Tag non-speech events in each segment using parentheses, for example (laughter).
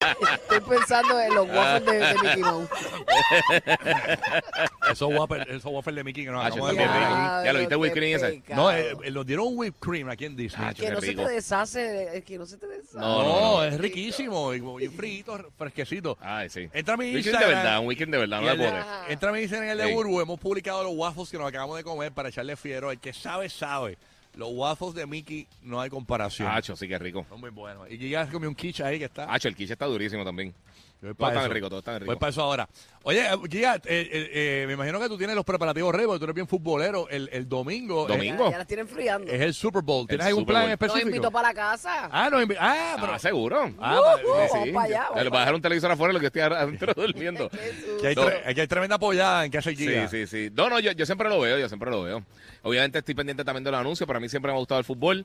Estoy pensando en los waffles de, de Mickey Ah. Mouse. Esos waffles esos waffles de Mickey que nos Ah, acabamos yo de también, comer. rico. Ya lo viste, whipped cream ese. pecado. No, eh, eh, nos dieron whipped cream aquí en Disney. Ah, que qué no se rico. te deshace, eh, que no se te deshace. no, no, no, no. es riquísimo. Y, y frito, fresquecito. Ay, sí. Entra a mi Un weekend de Instagram. verdad, un weekend de verdad, Y no el le de- pones. entra a mi Instagram en el de Sí. Burbu. Hemos publicado los waffles que nos acabamos de comer para echarle fiero. El que sabe, sabe. Los waffles de Mickey no hay comparación. Hacho, sí que rico. Son muy buenos. Y ya comió un quiche ahí que está. Hacho, el quiche está durísimo también. Yo voy Todo pa' está eso. rico, todo está rico. Voy para eso ahora. Oye, eh, Giga, eh, eh, eh, me imagino que tú tienes los preparativos ready, porque tú eres bien futbolero. El, el domingo, es- Domingo. Ya, ya las tienen friando. Es, el Super Bowl. ¿Tienes El algún Super plan Bowl. Los invito específico? para la casa. ah, no, invi- ah, pero Ah, seguro. Ah, vale, Ujú, sí, uh, vamos sí. para allá. Le vamos voy a para dejar un televisor afuera lo que estoy adentro (laughs) (laughs) durmiendo. que hay, No. tre- que hay tremenda apoyada en casa de Sí, Giga. sí, sí. No, no, yo, yo siempre lo veo, yo siempre lo veo. Obviamente estoy pendiente también de los anuncios, para mí siempre me ha gustado el fútbol.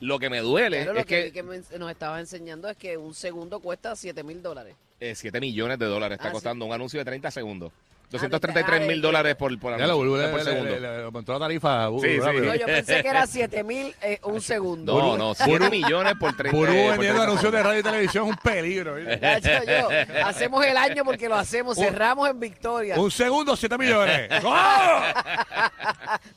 Lo que me duele Claro, es lo que, que, vi que me ens- nos estaba enseñando es que un segundo cuesta 7 mil dólares. eh, 7 millones de dólares está Ah, sí. costando un anuncio de 30 segundos. viste, 233 ah, mil de- dólares por, por, Ya lo anuncio, volvió, por le- segundo. le- le- le aumentó la tarifa. Burbu, Sí, sí. rápido. No, yo pensé que era 7 mil eh, (laughs) un segundo. No, no, 7 millones por 30. Burú eh, por vendiendo 30 anuncios de segundos. radio (laughs) y televisión es un peligro. ¿viste? Nacho, yo, hacemos el año porque lo hacemos, Un- cerramos en victoria. un segundo, 7 millones. (laughs) ¡Oh!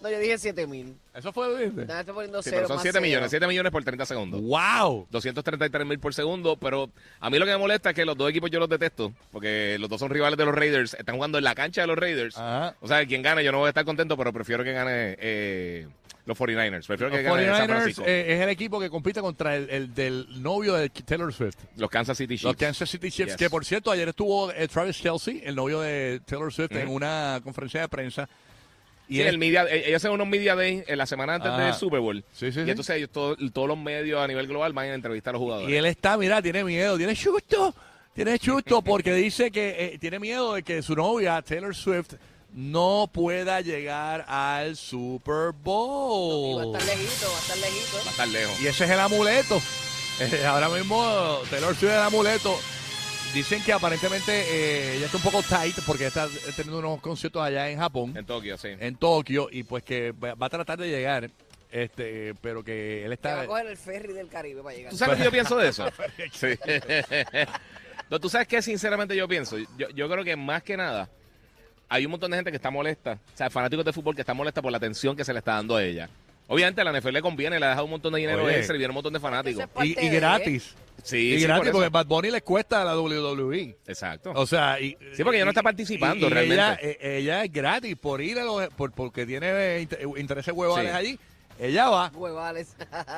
No, yo dije 7 mil. Eso fue, ¿viste? Estás poniendo Sí, cero pero son más 7 cero. millones, 7 millones por 30 segundos. ¡Wow! 233 mil por segundo, pero a mí lo que me molesta es que los dos equipos yo los detesto, porque los dos son rivales de los Raiders, están jugando en la cancha de los Raiders. Ajá. O sea, quien gane yo no voy a estar contento, pero prefiero que gane eh, los 49ers. Prefiero que Los gane San 49ers Francisco. eh, es el equipo que compite contra el, el del novio de Taylor Swift. los Kansas City Los Chiefs. Kansas City Chiefs, Yes. que por cierto, ayer estuvo eh, Travis Chelsea, el novio de Taylor Swift, en una conferencia de prensa. Y Sí, él- el media, eh, ellos hacen unos media day en la semana antes Ajá. del Super Bowl. Sí, sí, y sí. entonces ellos, todo- todos los medios a nivel global van a entrevistar a los jugadores. Y él está, mira, tiene miedo, tiene chusto, tiene (laughs) chusto porque dice que eh, tiene miedo de que su novia, Taylor Swift, no pueda llegar al Super Y va a Bowl. estar lejito, va a estar lejito. Va a estar lejos. Y ese es el amuleto. Eh, Ahora mismo Taylor Swift es el amuleto. Dicen que aparentemente eh, ella está un poco tight porque está teniendo unos conciertos allá en Japón, En Tokio, sí. en Tokio, y pues que va va a tratar de llegar, este, pero que él Te va a está... coger el ferry del Caribe para llegar. ¿Tú sabes qué yo pienso (laughs) de eso? Sí. (laughs) no, tú sabes qué sinceramente yo pienso. Yo, yo creo que más que nada hay un montón de gente que está molesta. O sea, fanáticos de fútbol que está molesta por la atención que se le está dando a ella. Obviamente a la NFL le conviene, le ha dejado un montón de dinero Oye. extra y viene un montón de Eso fanáticos. es parte Y, y de- ¿eh? gratis. Sí, Y sí, gratis por porque eso. Bad Bunny le cuesta a la WWE. Exacto. O sea, y- Sí, porque ella no está participando y- y realmente. Ella, e- ella es gratis por ir a los, por- porque tiene eh, inter- intereses huevales Sí. allí. Ella va, Huevales.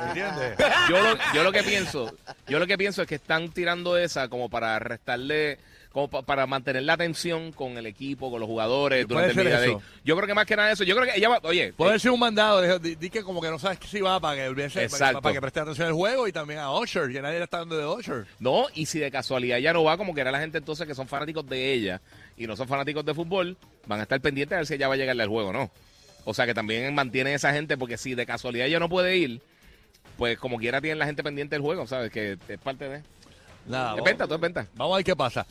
¿entiendes? yo, lo, yo lo que pienso, yo lo que pienso es que están tirando esa como para restarle, como pa- para mantener la atención con el equipo, con los jugadores durante el ser día de eso. hoy. Yo creo que más que nada eso, yo creo que ella va, oye, (laughs) eh, Puede ser un mandado, de- di, di que como que no sabes si va para que olvídese- para- Exacto. para que preste atención al juego y también a Usher, que nadie le está dando de Usher. No, y si de casualidad ya no va, como que era la gente entonces que son fanáticos de ella y no son fanáticos de fútbol, van a estar pendientes a ver si ella va a llegarle al juego o no. O sea que también mantienen esa gente, porque si de casualidad ella no puede ir, pues como quiera tienen la gente pendiente del juego, ¿sabes? Que es parte de. Nada, Es vamos, venta, todo es venta. vamos a ver qué pasa.